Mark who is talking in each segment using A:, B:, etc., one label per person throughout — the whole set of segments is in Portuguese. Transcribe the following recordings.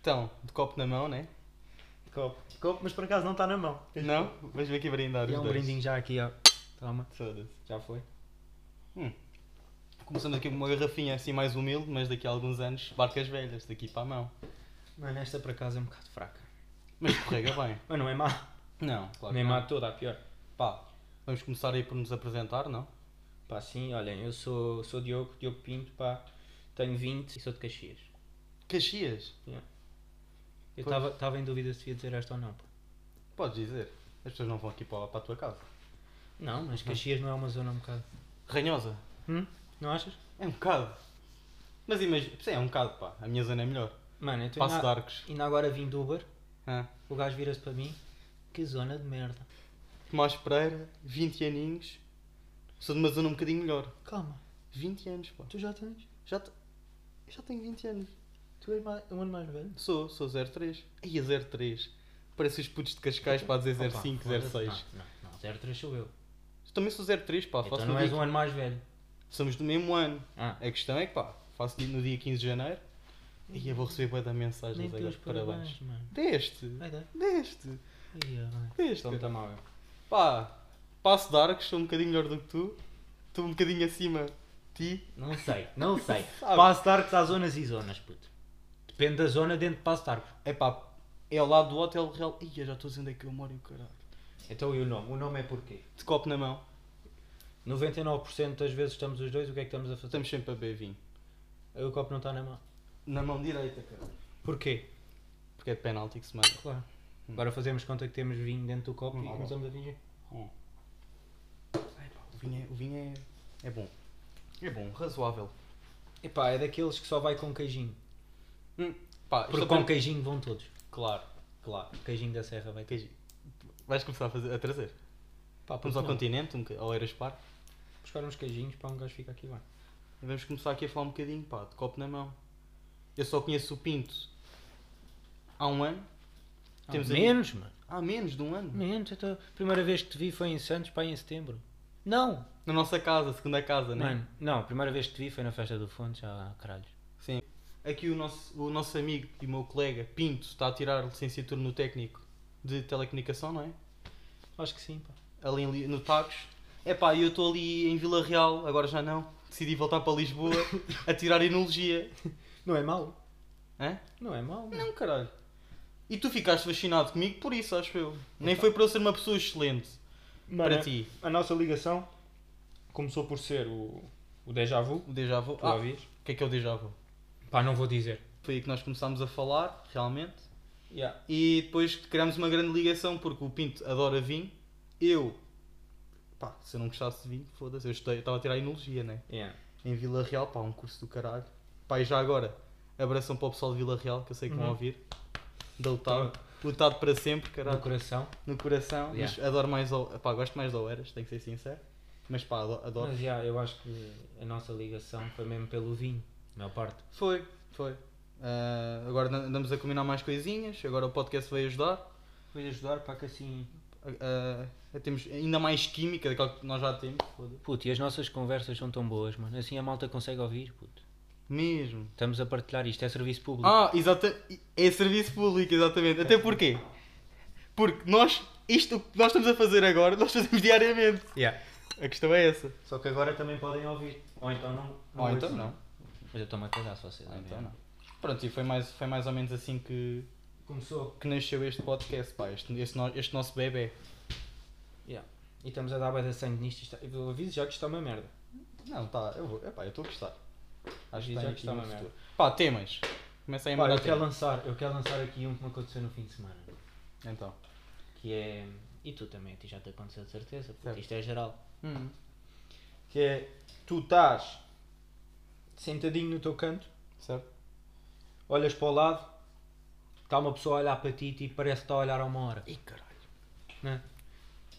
A: Então, de copo na mão, né?
B: Copo. Copo, mas por acaso não está na mão.
A: Não? Vais ver aqui brindar
B: E
A: os
B: é um
A: dois.
B: brindinho já aqui, ó. Toma.
A: Foda-se.
B: Já foi.
A: Hum. Começamos aqui com uma garrafinha assim mais humilde, mas daqui a alguns anos, barcas velhas, daqui para a mão.
B: Mano, esta por acaso é um bocado fraca.
A: Mas escorrega bem.
B: Mas não é má.
A: Não, claro
B: nem
A: que
B: má
A: não.
B: toda, a pior.
A: Pá, vamos começar aí por nos apresentar, não?
B: Pá, sim, olhem, eu sou, sou Diogo, Diogo Pinto, pá. Tenho 20 e sou de Caxias.
A: Caxias,
B: Eu
A: Pois.
B: estava em dúvida se ia dizer esta ou não, pá.
A: podes dizer. As pessoas não vão aqui para, para a tua casa.
B: Não, mas Caxias não é uma zona um bocado.
A: Ranhosa,
B: Hum? Não achas?
A: é um bocado. Mas imagina, sim, é um bocado, pá. A minha zona é melhor.
B: Mano, então
A: Passo de
B: ainda,
A: Arcos.
B: ainda agora vim do Uber,
A: Ah.
B: o gajo vira-se para mim. Que zona de merda.
A: Tomás Pereira, 20 aninhos. Sou de uma zona um bocadinho melhor.
B: Calma,
A: 20 anos, pá.
B: tu já tens?
A: Já, te- eu já tenho 20 anos.
B: Tu és mais, um ano mais velho?
A: Sou, sou 03. Aí a 03. Parece os putos de Cascais para dizer 05, 06.
B: Não, não, não, 03 sou eu.
A: Eu também sou 03, pá.
B: então
A: Faço
B: não
A: no
B: és
A: dia...
B: um ano mais velho.
A: Somos do mesmo ano.
B: Ah,
A: A questão é que, pá, faço no dia 15 de janeiro. E eu vou receber bué da
B: nem
A: mensagens agora.
B: teus
A: de Parabéns.
B: um parabéns, mano.
A: Deste.
B: Vai dar.
A: Deste.
B: Ia, vai.
A: Deste.
B: Então está mal, eu.
A: Pá, passo de arcos, sou um bocadinho melhor do que tu. Estou um bocadinho acima de ti.
B: Não sei, não sei.
A: Sabe?
B: Passo de Arcos há zonas e zonas, puto. Depende da zona dentro de Passo de Arcos.
A: É pá, é ao lado do Hotel Real. Ih, eu já estou dizendo é que eu moro e o caralho.
B: Então e o nome? O nome é porquê?
A: De copo na mão.
B: 99% das vezes estamos os dois, o que é que estamos a fazer?
A: Estamos sempre a beber vinho.
B: O copo não está na mão.
A: Na mão direita, cara.
B: Porquê?
A: Porque é de penalti que se manda.
B: Claro. Agora fazemos conta que temos vinho dentro do copo e começamos a fingir.
A: Hum. Ai, pá, o vinho, é, o vinho é, é bom. É bom, razoável.
B: Epá, é daqueles que só vai com queijinho.
A: Hum, pá,
B: Porque
A: estou
B: com
A: pen-
B: queijinho vão todos.
A: Claro, claro.
B: Queijinho da Serra vai ter.
A: Queijo. Vais começar a, fazer, a trazer?
B: Pá,
A: Vamos
B: porque
A: ao
B: não?
A: continente, um, boca- ao Eras Parque.
B: Buscar uns queijinhos para um gajo fica aqui bem.
A: Vamos começar aqui a falar um bocadinho, pá, de copo na mão. Eu só conheço o Pinto há um ano. Temos
B: Ah,
A: aí-
B: menos, mano.
A: Há menos de um ano.
B: Menos. Então, a primeira vez que te vi foi em Santos, pá, em setembro. Não!
A: Na nossa casa, segunda casa, né?
B: Mano, não, a primeira vez que te vi foi na festa do Fonte, já caralhos.
A: Sim. Aqui o nosso, o nosso amigo e meu colega Pinto está a tirar licenciatura no técnico de telecomunicação, não é?
B: Acho que sim, pá.
A: Ali em Li- no Tacos. É pá, eu estou ali em Vila Real, agora já não. Decidi voltar para Lisboa a tirar enologia.
B: Não é mau?
A: Hã?
B: Não é mau?
A: Não, caralho. E tu ficaste fascinado comigo por isso, acho eu. Nem foi para eu ser uma pessoa excelente para ti.
B: A nossa ligação começou por ser o, o déjà vu.
A: O déjà vu.
B: Tu
A: Ah, o
B: ouvis?
A: que é que é o déjà vu?
B: Pá, não vou dizer.
A: Foi aí que nós começámos a falar, realmente.
B: Yeah.
A: E depois criámos uma grande ligação porque o Pinto adora vinho. Eu, pá, se eu não gostasse de vinho, foda-se, eu estudei- eu estava a tirar enologia, né?
B: Yeah.
A: Em Vila Real, pá, um curso do caralho. Pá, e já agora, abração para o pessoal de Vila Real, que eu sei que vão
B: Uhum. Tá
A: ouvir. Da Lutado. Lutado para sempre,
B: No
A: caralho.
B: coração.
A: No coração.
B: Yeah.
A: Mas adoro mais, ao- pá, gosto mais da Oeiras, tenho que ser sincero. Mas pá, ado- adoro.
B: Mas yeah, eu acho que a nossa ligação foi mesmo pelo vinho, a maior parte.
A: Foi, foi. Ah, agora andamos a combinar mais coisinhas, agora o podcast vai ajudar.
B: Foi ajudar para que assim.
A: Ah, ah, temos ainda mais química daquela que nós já temos. foda-se.
B: Puto, e as nossas conversas são tão boas, mano. Assim a malta consegue ouvir, puto.
A: Mesmo.
B: Estamos a partilhar isto, é serviço público.
A: Ah, exatamente. É serviço público, exatamente. Até porquê? Porque nós, isto o que nós estamos a fazer agora, nós fazemos diariamente.
B: Yeah.
A: A questão é essa.
B: Só que agora também podem ouvir. Ou então não.
A: Ou então não.
B: Mas eu estou-me a cagar se vocês
A: Ou
B: ouvirem.
A: então não. Pronto, e foi mais, foi mais ou menos assim que,
B: Começou.
A: que nasceu este podcast, pá. Este, este, no- este nosso bebê.
B: Yeah. E estamos a dar bada sangue nisto. Isto- Eu aviso já que isto é uma merda.
A: Não, tá, eu vou. Epá, eu estou a gostar. Acho que
B: Já
A: tem
B: que
A: aqui
B: está uma
A: um
B: merda.
A: futuro. Pá, temas. Começa aí a
B: Pá,
A: mandar
B: eu, quero
A: temas.
B: lançar, eu quero lançar aqui um que me aconteceu no fim de semana.
A: Então.
B: Que é. E tu também, a ti já te aconteceu de certeza, porque
A: Certo.
B: isto é geral.
A: Hum.
B: Que é. Tu estás sentadinho no teu canto,
A: Certo?
B: olhas para o lado, está uma pessoa a olhar para ti e tipo, parece que está a olhar a uma hora.
A: Ih, caralho.
B: né?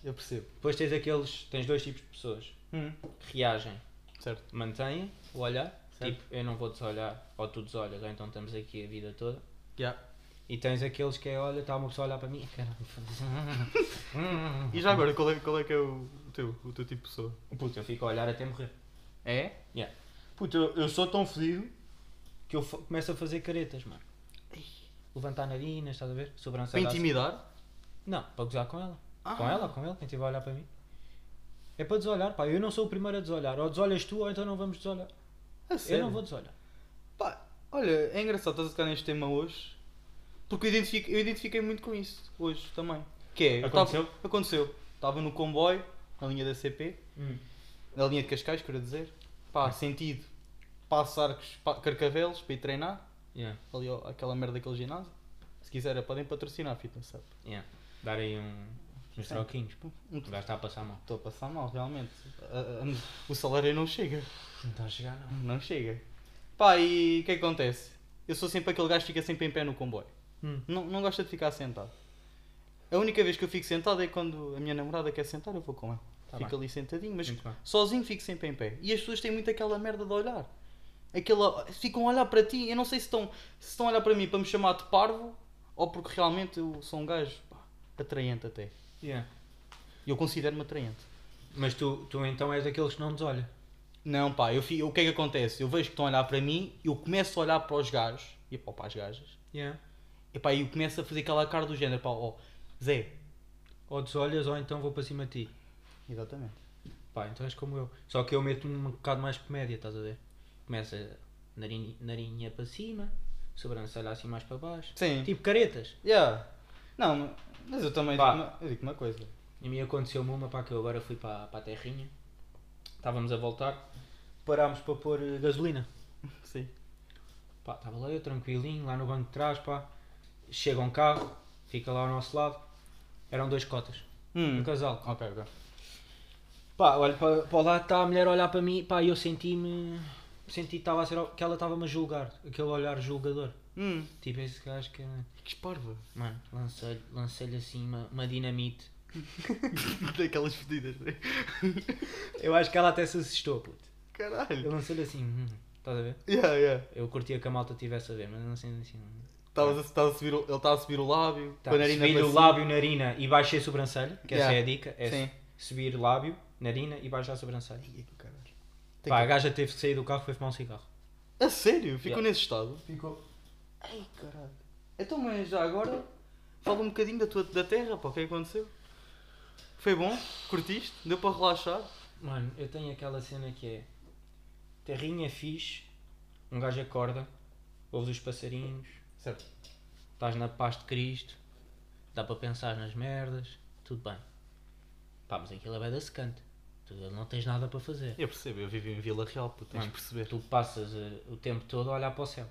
A: Eu percebo.
B: Depois tens aqueles. Tens dois tipos de pessoas.
A: Hum.
B: Reagem
A: Certo.
B: mantenha o olhar,
A: Certo.
B: tipo, eu não vou desolhar, ou tu desolhas, ou então estamos aqui a vida toda.
A: Já.
B: E tens aqueles que é, olha, está uma pessoa a olhar para mim, caralho, foda-se. Hum.
A: E já agora, qual é, qual é que é o, o teu, o teu tipo de pessoa?
B: Puta, eu fico a olhar até morrer.
A: É?
B: Yeah. Puta, eu, eu sou tão fedido que eu fa- começo a fazer caretas, mano. levantar narinas, estás a ver?
A: Para
B: Sobrancelha. assim.
A: intimidar?
B: Não, para gozar com ela.
A: Ah.
B: Com ela, com ele, quem estiver a olhar para mim. É para desolhar, pá. Eu não sou o primeiro a desolhar. Ou desolhas tu, ou então não vamos desolhar.
A: A
B: Eu
A: sério?
B: não vou desolhar.
A: Pá, olha, é engraçado estás a tocar neste tema hoje. Porque eu, identifico, eu identifiquei muito com isso hoje também. Que é, eu tava-
B: Aconteceu?
A: aconteceu. Estava no comboio, na linha da CP,
B: Hum.
A: na linha de Cascais, quero dizer. Pá, sentido. Passo arcos, pa- carcavelos para ir treinar.
B: Yeah,
A: Ali, ó, aquela merda daquele ginásio. Se quiser, podem patrocinar a Fitness Up.
B: yeah. Dar aí um, uns troquinhos. pô.
A: Um-
B: O gajo está a passar mal.
A: Estou a passar mal, realmente. A- a- o salário não chega.
B: Não está a chegar, não.
A: Não chega. Pá, e o que é que acontece? Eu sou sempre aquele gajo que fica sempre em pé no comboio.
B: Hum.
A: Não, não gosta de ficar sentado. A única vez que eu fico sentado é quando a minha namorada quer sentar, eu vou com ela.
B: Tá
A: fico
B: bem.
A: ali sentadinho, mas
B: Muito bem.
A: sozinho fico sempre em pé. E as pessoas têm muito aquela merda de olhar. Aquela, ficam a olhar para ti. Eu não sei se estão, se estão a olhar para mim para me chamar de parvo ou porque realmente eu sou um gajo pá, atraente até.
B: Yeah.
A: Eu considero-me atraente.
B: Mas tu, tu então és daqueles que não desolha.
A: Não, pá, eu fi- o que é que acontece? Eu vejo que estão a olhar para mim, eu começo a olhar para os gajos e pá, para as gajas,
B: Yeah.
A: e pá, eu começo a fazer aquela cara do género, pá, ó, Zé.
B: Ou desolhas, ou então vou para cima de ti.
A: Exatamente.
B: Pá, então és como eu. Só que eu meto-me um bocado mais comédia, estás a ver? Começa narinha, narinha para cima, sobrancelha assim mais para baixo.
A: Sim.
B: Tipo caretas.
A: Yeah. Não, mas eu também
B: Pá.
A: digo uma, eu digo uma coisa.
B: A mim aconteceu-me uma, pá, que eu agora fui para, para a terrinha. Estávamos a voltar. Parámos para pôr eh, gasolina.
A: Sim.
B: Pá, estava lá eu tranquilinho, lá no banco de trás, pá. Chega um carro, fica lá ao nosso lado. Eram dois cotas.
A: Hum.
B: Um casal.
A: Ok, ok.
B: Pá, olha para, para lá, está a mulher a olhar para mim, pá, e eu senti-me. Senti que estava a ser, que ela estava-me a julgar, aquele olhar julgador.
A: Hum.
B: Tipo esse gajo que.
A: Que esparva.
B: Mano, lancei-lhe lancei assim uma, uma dinamite.
A: Daquelas fedidas.
B: Eu acho que ela até se assustou, puto. Eu
A: Caralho.
B: lancei-lhe assim, hum, estás a ver?
A: Yeah, yeah.
B: Eu curtia que a malta estivesse a ver, mas não sei assim. hum.
A: Estavas a, estás a subir, o- ele está a subir o lábio,
B: Tá,
A: com a narina
B: subir
A: para
B: o
A: cima.
B: lábio, narina e baixei a sobrancelha, que essa
A: Yeah.
B: é a dica. É
A: Sim.
B: subir lábio, narina e baixar a sobrancelha.
A: Ai, que caralho. Tem
B: Pá, a gaja teve de sair do carro e foi fumar um cigarro.
A: que- A sério? Ficou
B: Yeah.
A: nesse estado?
B: Ficou.
A: Ai, caralho. Então, mas já agora, fala um bocadinho da tua da terra, pá, o que é que aconteceu? Foi bom? Curtiste? Deu para relaxar?
B: Mano, eu tenho aquela cena que é terrinha fixe, um gajo acorda, ouves os passarinhos,
A: Certo.
B: estás na paz de Cristo, dá para pensar nas merdas, tudo bem. Pá, mas aquilo é bem da secante. Tu não tens nada para fazer.
A: Eu percebo, eu vivi em Vila Real, tu tens de
B: Mano,
A: perceber.
B: Tu passas eh, o tempo todo a olhar para o céu.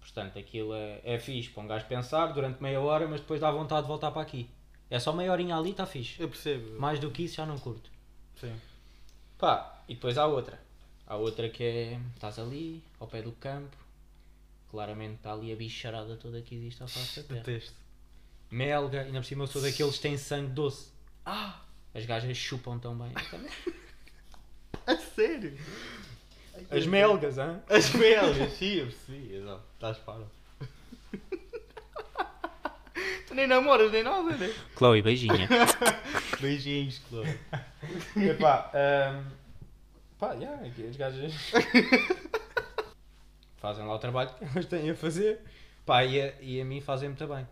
B: Portanto, aquilo é, é fixe para um gajo pensar durante meia hora, mas depois dá vontade de voltar para aqui. É só meia horinha ali, está fixe.
A: Eu percebo.
B: Mais do que isso já não curto.
A: Sim.
B: Pá, e depois há outra. Há outra que é. Estás ali, ao pé do campo. Claramente está ali a bicharada toda que existe à face da terra.
A: Detesto.
B: Melga, ainda por cima eu sou daqueles que têm sangue doce.
A: Ah!
B: As gajas chupam tão bem.
A: A sério?
B: As melgas, ah. hã?
A: As belas, sim, eu percebi, exato. Estás para. tu nem namoras nem nada, né?
B: Chloe, beijinha.
A: Beijinhos, Chloe.
B: Epá, hum, pá, yeah, aqui as gajas fazem lá o trabalho que elas têm a fazer. Pá, e a, e a mim fazem muito bem.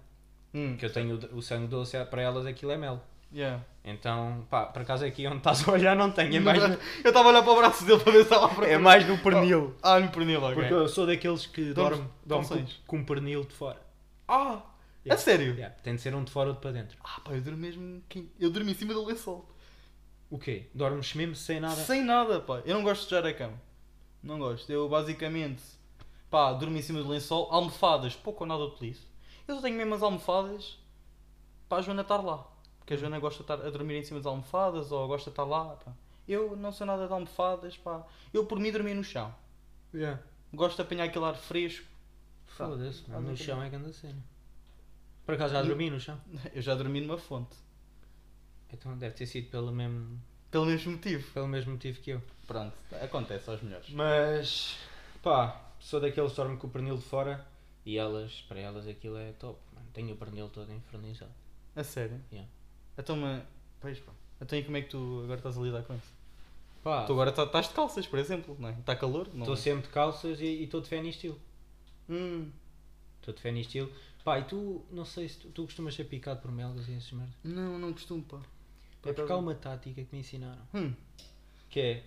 A: Hum.
B: Porque eu tenho o, o sangue doce, é- para elas aquilo é mel.
A: Yeah.
B: Então, pá, por acaso aqui onde estás a olhar não tenho, é mais, no-
A: Eu estava a olhar para o braço dele para ver se estava para.
B: é mais no pernil.
A: Ah, no pernil, ok.
B: Porque eu sou daqueles que dorme, dorme com,
A: tonsões.
B: com um pernil de fora.
A: Ah!
B: Yeah.
A: A sério?
B: Yeah, tem de ser um de fora ou de para dentro.
A: Ah, pá, eu durmo mesmo. quem- Eu durmo em cima do lençol.
B: O quê? Dormes mesmo sem nada?
A: Sem nada, pá. Eu não gosto de sujar a cama. Não gosto. Eu basicamente, pá, durmo em cima do lençol. Almofadas, pouco ou nada utilizo. Eu só tenho mesmo as almofadas para a Joana estar lá. Porque a Joana gosta de estar a dormir em cima das almofadas ou gosta de estar lá, pá. Eu não sou nada de almofadas, pá. Eu por mim dormi no chão.
B: Yeah.
A: Gosto de apanhar aquele ar fresco.
B: Foda-se, mano, no
A: basicamente.
B: chão é grande a cena. Por acaso já dormi no chão?
A: Eu já dormi numa fonte.
B: Então deve ter sido pelo mesmo,
A: Pelo mesmo motivo.
B: pelo mesmo motivo que eu.
A: Pronto, acontece aos melhores.
B: Mas pá, sou daqueles que dorme com o pernil de fora e elas, para elas aquilo é top, mano. Tenho o pernil todo infernizado.
A: A sério?
B: Yeah.
A: Então, mas... Pois, pá. Então e como é que tu agora estás a lidar com isso?
B: Pá,
A: Tu agora tá- estás de calças,
B: um.
A: por exemplo, não é? Está Tá calor? Não
B: estou sempre de calças e estou de fé em estilo.
A: Hum,
B: Estou Estou de fé nisto estilo. Pá, e tu, não sei se tu, tu costumas ser picado por melgas e essas merdas.
A: Não, não costumo, pá.
B: É porque há uma tática que me ensinaram.
A: Hum,
B: Que é,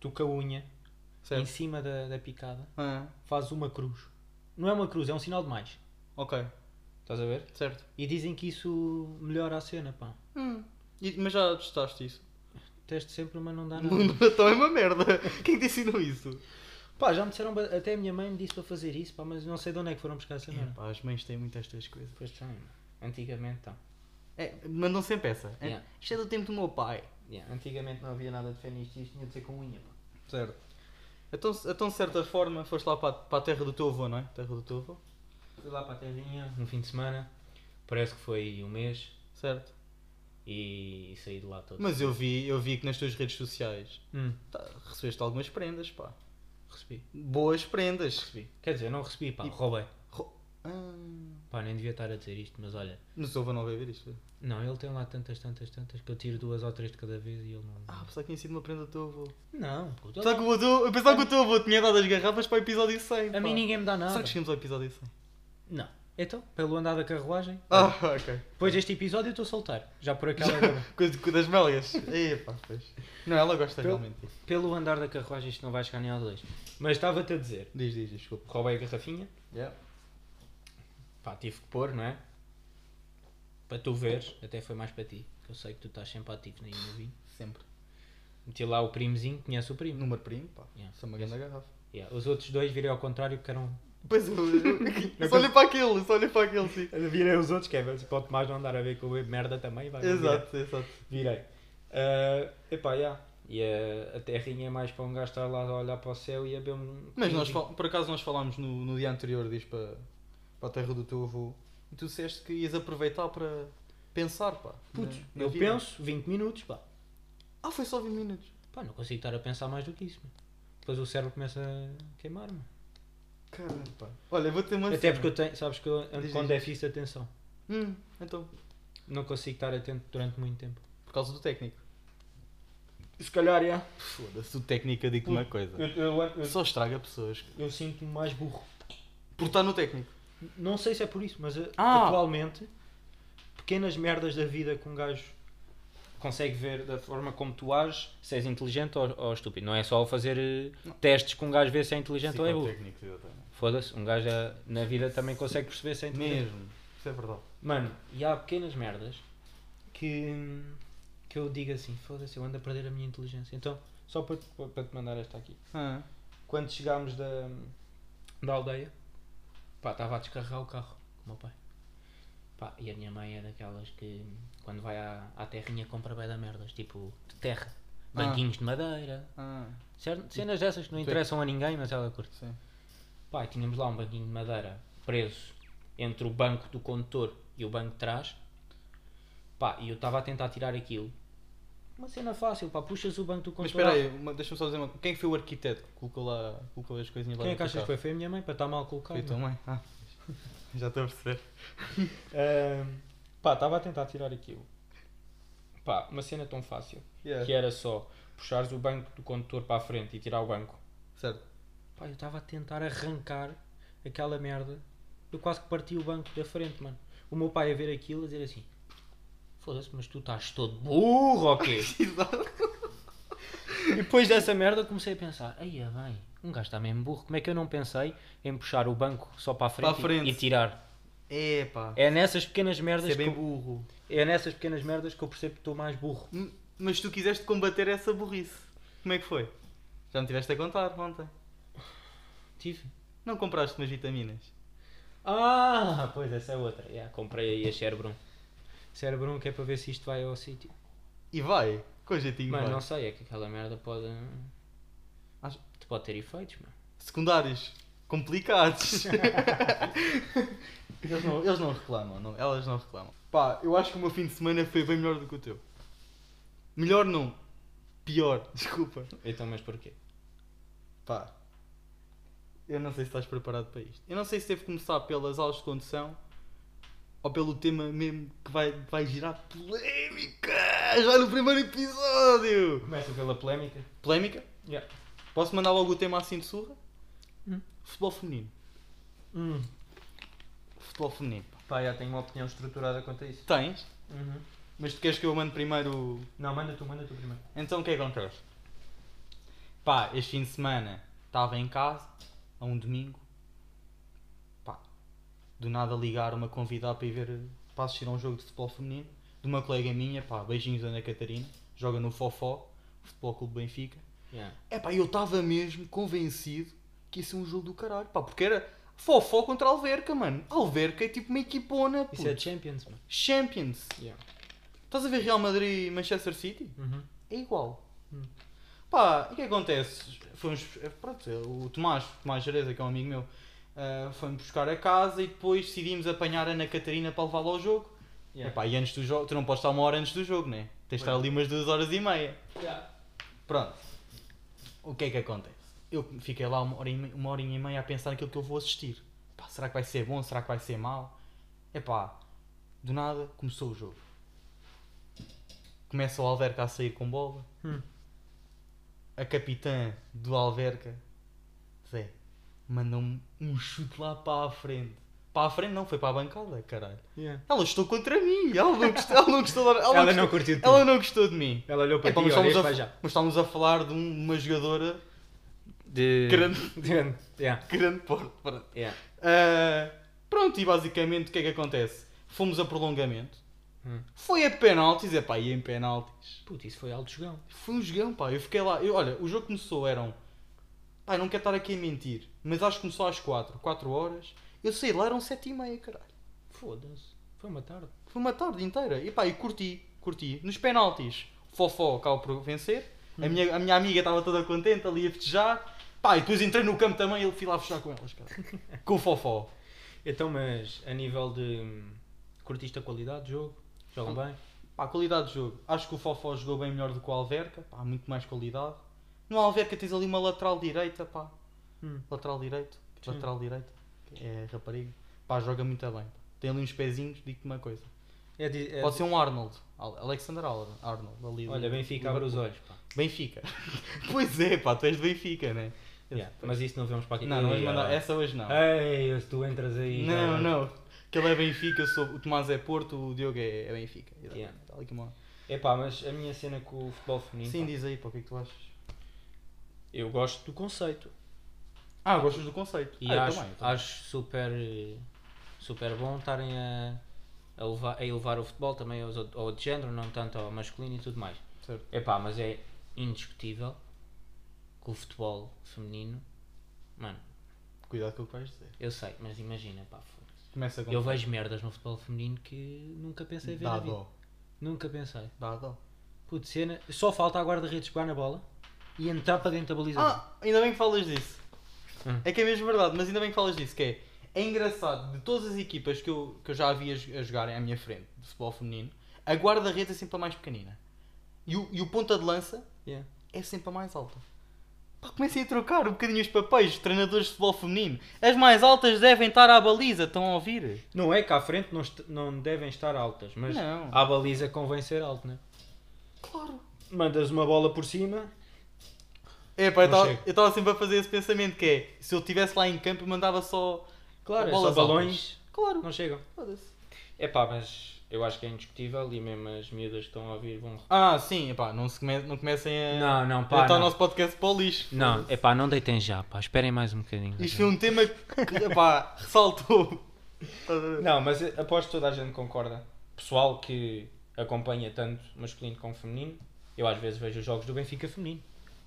B: tu com a unha, em
A: certo.
B: cima da, da picada,
A: Ah,
B: fazes uma cruz. Não é uma cruz, é um sinal de mais.
A: ok,
B: Estás a ver?
A: certo.
B: E dizem que isso melhora a cena, pá.
A: Hum. E- mas já testaste isso?
B: Teste sempre, mas Ah, não dá nada.
A: Então é uma merda. Quem te ensinou isso?
B: Pá, já me disseram, ba- até a minha mãe me disse para fazer isso, pá, mas não sei de onde é que foram buscar essa merda.
A: Pá, as mães têm muito estas coisas.
B: Pois tem, antigamente então.
A: É, mandam sempre essa. É,
B: Yeah.
A: Isto é do tempo do meu pai.
B: Yeah, Antigamente não havia nada de fé nisto, isto tinha de ser com unha, pá.
A: Certo. Então, se- então de certa forma, foste lá para, a- para a terra do teu avô, não é? Terra do teu avô.
B: Fui lá para a terrinha, um fim de semana, parece que foi um mês,
A: Certo.
B: e saí de lá todo.
A: Mas eu vi, eu vi que nas tuas redes sociais
B: Hum,
A: tá, recebeste algumas prendas, pá.
B: recebi,
A: Boas prendas.
B: recebi. Quer dizer, não recebi, pá, roubei.
A: Ro- Ah,
B: Pá, nem devia estar a dizer isto, mas olha.
A: Mas o teu avô não vai ver isto.
B: Não, ele tem lá tantas, tantas, tantas que eu tiro duas ou três de cada vez e ele não.
A: Ah, pensava que tinha sido uma prenda do teu avô.
B: Não, puto.
A: Pensava que o avô- eu pensava que o teu avô tinha dado as garrafas para o episódio 100.
B: A mim
A: pá.
B: ninguém me dá nada.
A: Será que chegamos ao episódio 100?
B: Não. Então, pelo andar da carruagem.
A: Ah, ok.
B: Depois deste episódio eu estou a soltar. Já por aquela. agora.
A: Coisa de- das melgas. Epá, pois. Não, ela gosta
B: Pelo-
A: realmente.
B: pelo andar da carruagem isto não vai chegar nem ao 2. Mas estava-te a dizer.
A: Diz, diz, desculpa.
B: Roubei a garrafinha.
A: Yeah.
B: Pá, tive que pôr, não é? Para tu veres. Até foi mais para ti. Que eu sei que tu estás sempre ativo nem no vinho.
A: Sempre.
B: Meti lá o primozinho. Conhece o primo.
A: Número primo, pá.
B: Yeah.
A: Isso é uma grande garrafa.
B: Yeah, Os outros dois virei ao contrário que eram...
A: Pois eu, eu só olhei para aquele, só olhei para aquele, sim.
B: Virei os outros que é... Se pode mais não andar a ver com o merda também. Vai,
A: Exato, exato.
B: Virei. Ah, epá, já. E a, a terrinha é mais para um gajo estar lá a olhar para o céu e a ver um.
A: Mas
B: um
A: nós,
B: vinho.
A: fal- por acaso, nós falámos no, no dia anterior, diz para, para a terra do teu avô, e tu disseste que ias aproveitar para pensar, pá.
B: Putz,
A: na- na
B: eu
A: vida.
B: penso 20 minutos, pá.
A: Ah, foi só 20 minutos.
B: Pá, não consigo estar a pensar mais do que isso, meu. Depois o cérebro começa a queimar-me.
A: Caramba, Hum, pá. Olha, vou ter uma
B: Até
A: cena.
B: porque eu tenho, sabes que eu
A: é. Diz,
B: ando com
A: diz.
B: déficit de atenção.
A: Hum, então.
B: Não consigo estar atento durante muito tempo.
A: Por causa do técnico.
B: Se calhar, já.
A: Foda-se, o técnico, eu digo-te uma coisa.
B: Eu, eu, eu,
A: Só estraga pessoas.
B: eu sinto-me mais burro.
A: Por estar no técnico.
B: Não sei se é por isso, mas a-
A: Ah!
B: atualmente, pequenas merdas da vida que um gajo consegue ver da forma como tu ages, se és inteligente ou, ou estúpido. Não é só fazer eh, testes que um gajo vê se é inteligente ou é burro.
A: técnico, exatamente.
B: Foda-se, um gajo eh, na vida também consegue perceber se é inteligente.
A: Mesmo. Isso é verdade.
B: Mano, e há pequenas merdas que, que eu digo assim, foda-se, eu ando a perder a minha inteligência. Então, só para te, para te mandar esta aqui.
A: Ah,
B: Quando chegámos da, da aldeia, pá, estava a descarregar o carro com o meu pai. Pá, e a minha mãe é daquelas que quando vai à, à terrinha compra bem da merdas, tipo de terra,
A: Ah.
B: banquinhos de madeira,
A: ah,
B: cer- cenas dessas que não interessam a ninguém, mas ela curte.
A: sim.
B: Pá, e tínhamos lá um banquinho de madeira preso entre o banco do condutor e o banco de trás. Pá, e eu estava a tentar tirar aquilo. Uma cena fácil, pá, puxas o banco do
A: Mas
B: condutor.
A: espera aí, uma- deixa-me só dizer uma coisa. Quem foi o arquiteto que colocou lá colocou as coisinhas lá
B: Quem é
A: no
B: que
A: teu
B: achas que
A: carro?
B: foi? Foi a minha mãe, para estar mal colocado.
A: Foi a tua mãe? Ah, já estou a perceber.
B: Ahm, pá, estava a tentar tirar aquilo. Pá, uma cena tão fácil.
A: Yeah.
B: Que era só puxares o banco do condutor para a frente e tirar o banco.
A: Certo.
B: Pá, eu estava a tentar arrancar aquela merda. Eu quase que parti o banco da frente, mano. O meu pai a ver aquilo a dizer assim: Foda-se, mas tu estás todo burro ou quê? e depois dessa merda comecei a pensar: Aí é bem, um gajo está mesmo burro. Como é que eu não pensei em puxar o banco só para a frente,
A: Para a frente.
B: E, e tirar?
A: É pá.
B: É nessas pequenas merdas
A: Você é
B: que
A: bem
B: eu,
A: burro.
B: é nessas pequenas merdas que eu percebo que estou mais burro.
A: Hum, Mas tu quiseste combater essa burrice. Como é que foi? Já me tiveste a contar ontem.
B: Tive.
A: Não compraste umas vitaminas.
B: Ah, pois essa é outra. Yeah, comprei aí a Cerebrum. Cerebrum que é para ver se isto vai ao sítio.
A: E vai. Com jeitinho
B: Mano,
A: vai.
B: não sei, é que aquela merda pode.
A: Acho-
B: te Pode ter efeitos, mano.
A: Secundários. Complicados. eles, não, eles não reclamam. não- elas não reclamam. Pá, eu acho que o meu fim de semana foi bem melhor do que o teu. Melhor não. Pior. Desculpa.
B: Então, mas porquê?
A: Pá, eu não sei se estás preparado para isto. Eu não sei se devo começar pelas aulas de condução ou pelo tema mesmo que vai, vai girar polémica já no primeiro episódio.
B: Começa pela polémica.
A: Polémica?
B: Yeah.
A: Posso mandar logo o tema assim de surra?
B: Hum.
A: Futebol feminino. futebol feminino. pá.
C: Pá, já tenho uma opinião estruturada quanto a isso.
A: Tens,
C: Uhum.
A: mas tu queres que eu mande primeiro.
C: Não, manda tu, manda tu primeiro.
A: Então o que é que acontece? Pá, este fim de semana estava em casa, a um domingo. Pá, do nada ligar uma convidada para ir ver, para assistir a um jogo de futebol feminino. De uma colega minha, pá, beijinhos Ana Catarina, joga no Fofó, Futebol Clube Benfica.
B: Yeah.
A: É pá, eu estava mesmo convencido que ia ser um jogo do caralho, pá, porque era Fofó contra Alverca, mano. Alverca é tipo uma equipona,
B: Isso é
A: puto.
B: Champions, mano.
A: Champions.
B: Yeah.
A: Estás a ver Real Madrid e Manchester City?
C: Uhum.
A: é igual.
C: Hum.
A: Pá, e o que acontece? Fomos, pronto, o Tomás, o Tomás Jereza, que é um amigo meu, ah, foi-me buscar a casa e depois decidimos apanhar a Ana Catarina para levá-la ao jogo.
C: Yeah.
A: Epá, e antes do jogo, tu não podes estar uma hora antes do jogo, né? Tens de estar ali umas duas horas e meia. Pronto. O que é que acontece? Eu fiquei lá uma hora e, me- uma horinha e meia a pensar naquilo que eu vou assistir. Pá, será que vai ser bom? Será que vai ser mau? Epá, do nada começou o jogo. Começa o Alverca a sair com bola.
C: Hum.
A: A capitã do Alverca, Zé, mandou-me um chute lá para a frente. Para a frente não, foi para a bancada, caralho.
C: Yeah.
A: Ela estou contra mim, ela não gostou, ela não gostou, ela
C: Ela
A: gostou-
C: não curtiu de ti.
A: ela não gostou de mim.
C: Ela olhou para
A: É,
C: ti
A: pá,
C: e
A: mas,
C: olha,
A: estamos
C: este
A: a,
C: vai já.
A: mas estamos a falar de um- uma jogadora
C: De...
A: Grande.
C: é Grande. Yeah.
A: grande porte. pronto.
C: Yeah.
A: Ah, pronto, e basicamente o que é que acontece? Fomos a prolongamento.
C: Hum.
A: Foi a penaltis, é pá, e em penaltis.
B: Puto, isso foi alto jogão.
A: Foi um jogão, pá. Eu fiquei lá. Eu, olha, o jogo começou, eram. Pá, eu não quero estar aqui a mentir, mas acho que começou às 4, 4 horas. Eu saí lá, eram 7 e meia, caralho.
B: Foda-se. Foi uma tarde.
A: Foi uma tarde inteira. E pá, e curti, curti. Nos penaltis, Fofó acabou por vencer. A, minha, a minha amiga estava toda contente ali a festejar. Pá, e depois entrei no campo também e ele fui lá festejar com elas, cara. com o Fofó.
B: Então, mas a nível de. hum, Curtiste a qualidade do jogo? Jogam bem?
A: Pá, qualidade de jogo. Acho que o Fofó jogou bem melhor do que o Alverca. Pá, muito mais qualidade. No Alverca tens ali uma lateral direita, pá.
C: Hum.
A: Lateral direito.
B: Sim.
A: Lateral direito. É rapariga. Pá, joga muito bem. pá. Tem ali uns pezinhos, digo-te uma coisa.
C: É de- é
A: Pode
C: de-
A: ser um Arnold. Al- Alexander Al- Arnold. Ali
C: um
A: do-
B: Olha, Benfica abre os olhos, pá.
A: Benfica. pois é, pá, tu és de Benfica, né?
B: Yeah, Mas isso não vemos para aqui.
A: Não, não vais
B: Ei,
A: mandar.
B: ah.
A: Essa hoje não.
B: Ei, se tu entras aí.
A: Não,
B: ah.
A: não. Que ele é Benfica, eu sou... o Tomás é Porto, o Diogo é é Benfica.
B: Yeah.
A: Tá ali com uma-
B: É pá, mas a minha cena com o futebol feminino.
A: Sim,
B: pá,
A: diz aí, pá, o que é que tu achas?
B: eu gosto do conceito.
A: Ah, gostas do conceito.
B: E
A: Ah, eu
B: acho,
A: também, eu também.
B: acho super, eh, super bom estarem a, a, levar, a elevar o futebol também aos, outro- ao outro género, não tanto ao masculino e tudo mais.
A: Certo.
B: É pá, mas é indiscutível que o futebol feminino. Mano,
A: Cuidado com o que vais dizer.
B: eu sei, mas imagina, pá, foda-se.
A: Começa com.
B: Eu vejo merdas no futebol feminino que nunca pensei ver
A: Dá
B: na vida.
A: dó.
B: Nunca pensei.
A: Dá dó.
B: Puto, cena. Só falta a guarda-redes pegar na bola e entrar para dentro da baliza.
A: Ah, ainda bem que falas disso.
B: Hum.
A: É que é mesmo verdade, mas ainda bem que falas disso, que é. É engraçado, de todas as equipas que eu, que eu já havia a jogarem à minha frente, de futebol feminino, a guarda-redes é sempre a mais pequenina. E o, e o ponta de lança
B: Yeah.
A: é sempre a mais alta. Pá, comecem a trocar um bocadinho os papéis, treinadores de futebol feminino. As mais altas devem estar à baliza, estão a ouvir?
B: Não é que à frente não, est- não devem estar altas, mas
A: Não.
B: à baliza convém ser alto, né?
A: Claro.
B: Mandas uma bola por cima.
A: É, pá, eu
B: Não
A: tava-
B: chego.
A: eu estava sempre a fazer esse pensamento que é, se eu estivesse lá em campo eu mandava só...
B: Claro, é
A: Bolas
B: só balões.
A: Claro.
B: Não chegam.
A: Foda-se.
B: É pá, mas eu acho que é indiscutível e mesmo as miúdas que estão a ouvir vão.
A: Ah, sim, epá, não, se come- não comecem a
B: Não, não,
A: deitar
B: pá.
A: o
B: Não.
A: nosso podcast para o lixo.
B: não, é pá, não deitem já, pá. Esperem mais um bocadinho.
A: Isto foi um tema que, epá, ressaltou. Estás a ver?
B: Não, mas eu aposto que toda a gente concorda. Pessoal que acompanha tanto masculino como feminino, eu às vezes vejo os jogos do Benfica feminino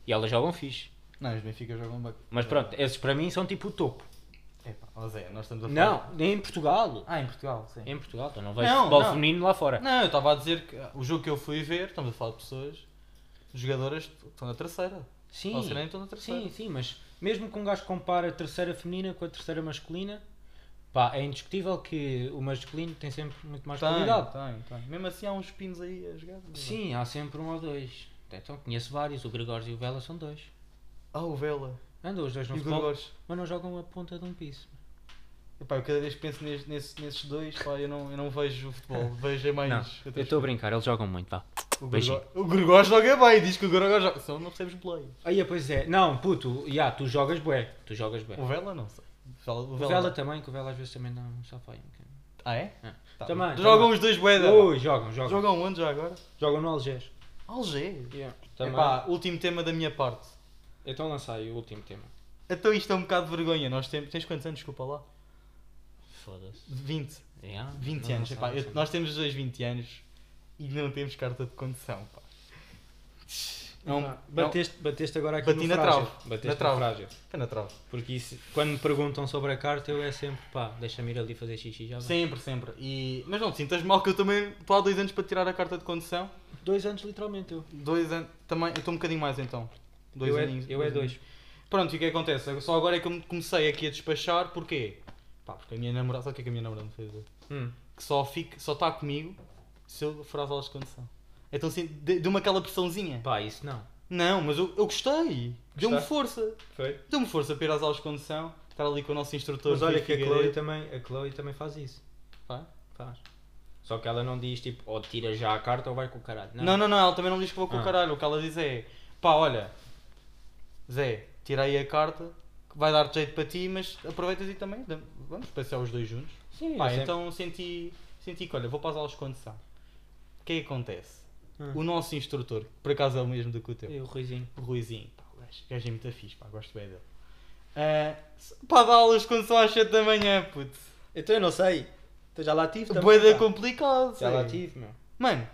B: e elas jogam fixe.
A: Não, os Benfica jogam bem.
B: Mas pronto, esses para mim são tipo o topo.
A: Epá, ó Zé, nós estamos a falar...
B: Não, nem em Portugal.
A: Ah, em Portugal, sim.
B: Em Portugal, então não vejo
A: Não,
B: futebol
A: não.
B: feminino lá fora.
A: Não, eu estava a dizer que o jogo que eu fui ver, estamos a falar de pessoas, jogadoras que estão na terceira.
B: Sim,
A: Ou se não, então na terceira.
B: sim, sim, mas mesmo que um gajo compare a terceira feminina com a terceira masculina, pá, é indiscutível que o masculino tem sempre muito mais qualidade.
A: tem, tem. Mesmo assim há uns pinos aí a jogar. mas-
B: Sim, há sempre um ou dois. Então conheço vários, o Gregório e o Vela são dois.
A: Ah, o Vela.
B: Andam os dois no
A: E o
B: futebol,
A: Gorgos.
B: mas não jogam a ponta de um piso.
A: Epá, eu cada vez que penso nes- nesse- nesses dois, pá, eu não, eu não vejo o futebol, vejo é mais.
B: Não,
A: outras
B: eu estou a brincar, eles jogam muito, vá.
A: O
B: Beijinho.
A: Gregor- O Gregor joga bem, diz que o Gregor joga. Só não percebes play.
B: Aí, pois é. Não, puto, já, tu jogas bué. Tu jogas bué.
A: O Vela não sei. Vela,
B: O
A: Vela.
B: Vela, também, que o Vela às vezes também dá um safai um bocadinho.
A: Ah, é?
B: É.
A: Tá
B: Também,
A: bem. Jogam
B: também.
A: os dois bué da-
B: Ui, jogam, jogam. Jogam,
A: Jogam onde já agora?
B: no Algés.
A: Alger.
B: Também.
A: Epá, último tema da minha parte.
B: Então lancei o último tema.
A: Então isto é um bocado de vergonha. Nós temos. Tens quantos anos? Desculpa lá.
B: Foda-se.
A: 20.
B: Yeah,
A: 20
B: não
A: anos.
B: sei,
A: epá,
B: não
A: eu-
B: sei.
A: nós temos os dois 20 anos e não temos carta de condução. Pá. Não,
C: Não,
A: não.
C: bateste, bateste agora aqui no
A: Bati na
C: frágil.
A: trave.
B: Bateste
A: Na
B: na
A: trave.
B: frágil.
A: Foi na trave.
B: Porque isso, quando me perguntam sobre a carta, eu é sempre pá, deixa-me ir ali fazer xixi já. vai.
A: Sempre, sempre. E... Mas não te sintas mal que eu também estou há dois anos para tirar a carta de condução.
C: Dois anos literalmente eu.
A: Dois anos. Também. Eu estou um bocadinho mais então. Dois
B: eu,
A: aninhos.
B: é, eu é dois.
A: Pronto, e o que acontece? Só agora é que eu me comecei aqui a despachar, porquê? Pá, porque a minha namorada, sabe o que é que a minha namorada me fez dizer?
B: Hum.
A: Que só fica, só está comigo se eu for às aulas de condução. Então assim, de- deu-me aquela pressãozinha.
B: Pá, isso não.
A: Não, mas eu, eu gostei. Deu-me
C: Gostaste?
A: força.
C: Foi?
A: Deu-me força para ir às aulas de condução, estar ali com o nosso instrutor.
C: Mas olha
A: Luís
C: que
B: é
C: a
A: Figueiredo.
C: Chloe, também, a Chloe também faz isso.
A: Pá.
C: Faz.
B: Só que ela não diz tipo, ou tira já a carta ou vai com o caralho.
A: Não. não, não, ela também não diz que vou com o
B: Ah.
A: caralho. O que ela diz é, pá, olha, Zé, tira aí a carta, que vai dar jeito para ti, mas aproveitas e também, dá- vamos passear os dois juntos.
B: Sim,
A: Pá,
B: eu sempre-
A: então senti, senti que, olha, vou para as aulas de condução. O que é que acontece?
C: Ah.
A: O nosso instrutor, que por acaso é o mesmo do que o teu,
B: Hum. E o Ruizinho.
A: o Ruizinho, pá, o gajo, o gajo é muito fixe, pá, gosto bem dele. Ah, se- pá, dá aulas de condução às 7 da manhã, puto.
C: Então eu não sei. Então já lá tive também.
A: Boeda
C: pá.
A: complicado,
B: Já lá
A: sei.
B: tive, meu.
A: Mano,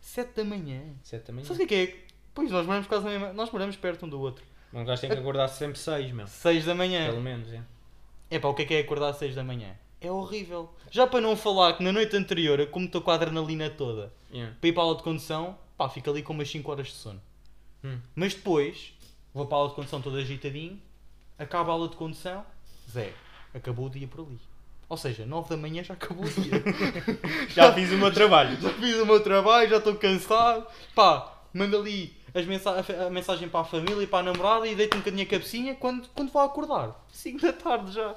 A: 7 da manhã.
B: Sete também.
A: Sabes o que é que é? Pois nós moramos quase na mesma. Nós moramos perto um do outro.
B: Um gajo tem que acordar sempre seis, meu.
A: 6 da
B: Ah. Pelo
A: manhã.
B: menos, é.
A: É pá, o que é que é acordar às 6 da manhã? É horrível. Já para não falar que na noite anterior, eu como estou com a adrenalina toda,
B: Yeah.
A: para ir para a aula de condução, pá, fico ali com umas 5 horas de sono.
B: Hum.
A: Mas depois, vou para a aula de condução todo agitadinho, acaba a aula de condução, Zé, acabou o dia por ali. Ou seja, 9 da manhã já acabou o dia.
C: Já fiz o meu trabalho.
A: já fiz o meu trabalho, já estou cansado. Pá, mando ali as mensa- a fa- a mensagem para a família e para a namorada e deito um bocadinho a cabecinha quando, quando vou acordar. 5 da tarde já.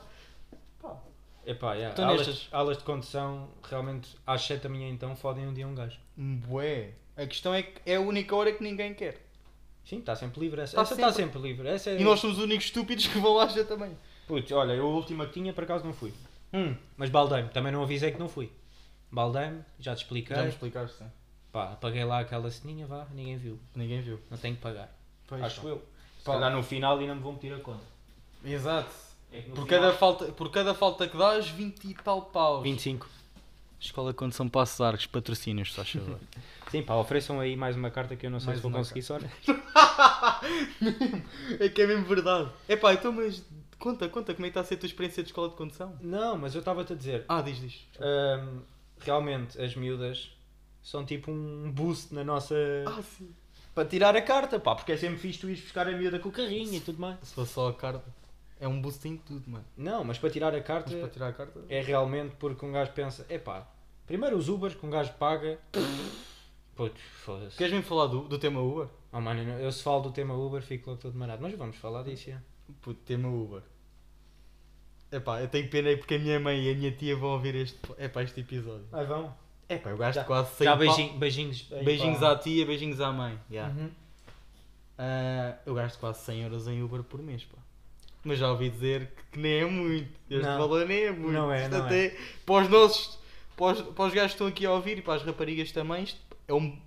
A: Pá,
B: Epá, yeah.
A: Então
B: aulas,
A: nestas-
B: aulas de condução, realmente, às sete da manhã então, fodem um dia um gajo.
A: bué. A questão é que é a única hora que ninguém quer.
B: Sim, está sempre livre. Essa
A: Tá
B: está sempre... Tá sempre livre. Essa é...
A: E nós somos os únicos estúpidos que vão lá já também.
B: Putz, olha, eu a última que tinha, por acaso não fui. Hum, mas baldei-me. Também não avisei que não fui. Baldei-me, já te expliquei.
A: Já me explicaste, né? sim.
B: Pá, apaguei lá aquela ceninha, vá, ninguém viu.
A: Ninguém viu.
B: Não tenho que pagar.
A: Pois, tá.
B: Acho
A: pá.
B: eu. Se
A: Pá.
B: calhar no final ainda me vão pedir a conta.
A: Exato.
B: É que no
A: Por
B: final-
A: cada, falta, por cada falta que dás, 20 e tal paus.
B: 25.
A: Escola de Condição Passos Arcos, patrocínios, estás a ver?
B: Sim, pá, ofereçam aí mais uma carta que eu não sei
A: Mais
B: se vou
A: uma
B: conseguir só. né?
A: é que é mesmo verdade. Epá, então, mas conta, conta, como é que está a ser a tua experiência de escola de condução?
B: Não, mas eu estava-te a dizer.
A: Ah, diz, diz.
B: hum, realmente, as miúdas são tipo um boost na nossa.
A: Ah, sim.
B: para tirar a carta, pá, porque é sempre fixe tu ires buscar a miúda com o carrinho e tudo mais.
A: Se fosse só a carta, é um boost em tudo, mano.
B: Não, mas para tirar a carta
A: Mas para tirar a carta...
B: é realmente porque um gajo pensa, é pá, primeiro os Ubers que um gajo paga. Putz, foda-se.
A: Queres mesmo falar do, do tema Uber?
B: Oh, mano, eu se falo do tema Uber fico logo todo marado, mas vamos falar disso, é.
A: Puto, tema Uber. Epá, eu tenho pena aí porque a minha mãe e a minha tia vão ouvir este, epá, este episódio.
B: Ah, vão.
A: Epá, eu gasto
B: Já-
A: quase 100
B: Já
A: pau-
B: beijinho- beijinhos. aí,
A: Beijinhos
B: pá.
A: à tia, beijinhos à mãe. Yeah.
B: Uhum.
A: Ah, eu gasto quase 100 euros em Uber por mês, pá. Mas já ouvi dizer que, que nem é muito. Este
B: Não.
A: valor nem é muito.
B: Não é,
A: Isto
B: não
A: até Para os nossos. Para os, para os gajos que estão aqui a ouvir e para as raparigas também, isto é um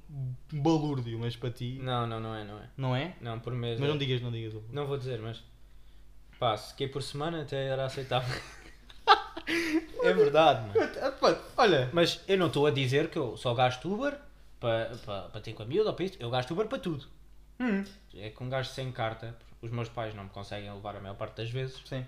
A: balúrdio, mas para ti. Não,
B: Não, não, não é, não é.
A: é?
B: Não, por mês.
A: Mas
B: é.
A: não digas, não digas. Hugo.
B: Não vou dizer, mas. Pá, se que por semana até era aceitável. é verdade, mano.
A: Ah, pá, Olha,
B: Mas eu não estou a dizer que eu só gasto Uber para pa, pa ter com a miúda ou para isto. Eu gasto Uber para tudo. É que um gajo sem carta, os meus pais não me conseguem levar a maior parte das vezes.
A: sim.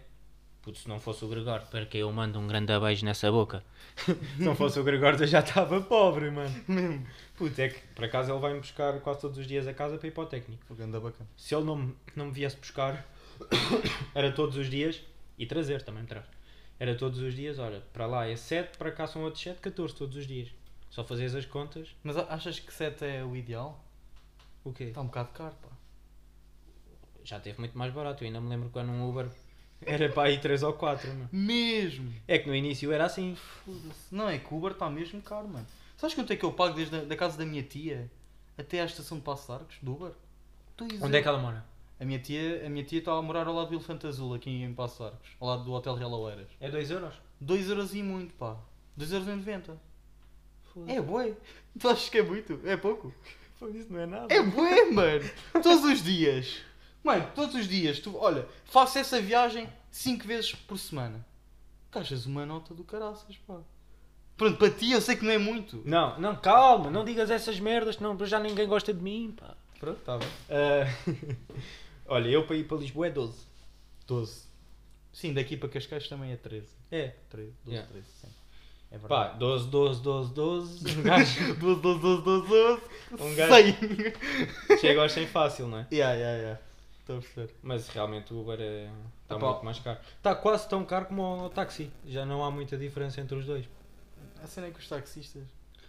B: Porque se não fosse o Gregório, para que eu mando um grande beijo nessa boca. se não fosse o Gregório, eu já estava pobre, mano.
A: Mesmo.
B: Putz, é que por acaso ele vai-me buscar quase todos os dias a casa para ir para o técnico.
A: O ganda bacana.
B: Se ele não, me- não me viesse buscar, era todos os dias, e trazer também me traz. Era todos os dias, olha, para lá é 7, para cá são outros 7, 14 todos os dias. Só fazes as contas,
A: Mas a- achas que 7 é o ideal?
B: o quê?
A: Está um bocado caro, pá.
B: Já teve muito mais barato, eu ainda me lembro quando um Uber era para aí 3 ou 4, mano.
A: Mesmo!
B: É que no início era assim.
A: Foda-se. Não, é que o Uber está mesmo caro, mano. Sabes quanto é que eu pago desde a da casa da minha tia até à estação de Passos de Arcos, do Uber? Dois
B: Onde é
A: euros.
B: que ela mora?
A: A minha tia a minha tia estava a morar ao lado do Elefante Azul, aqui em Passos de Arcos, ao lado do Hotel Real Oeiras.
B: É 2 euros?
A: 2 euros e muito, pá. 2 euros e 90. É bué. Tu achas que é muito? É pouco?
B: Foi isso, não é nada.
A: É bué, mano. Todos os dias. Mano, todos os dias. Tu, olha, faço essa viagem 5 vezes por semana. Caixas uma nota do caraças, pá. Pronto, para ti eu sei que não é muito.
B: Não, não, calma, não digas essas merdas, não, já ninguém gosta de mim, pá. Pronto, está bem. Ah, Olha, eu para ir para Lisboa é 12.
A: 12. Sim, daqui para Cascais também é 13.
B: É.
A: 13 12,
D: Yeah.
A: 13, sim. É
B: Pá,
A: verdade.
B: 12, 12, 12, 12. Um gajo
A: 12, 12, 12, 12, 12.
B: Um
A: Um
B: gajo-
A: gajo.
B: chega aos 100 fácil, não é?
A: yeah, yeah, yeah. Estou a perceber.
B: Mas realmente o Uber é- está
A: Ah, pá.
B: muito mais caro. Está quase tão caro como o táxi. Já não há muita diferença entre os dois.
A: A cena é que os taxistas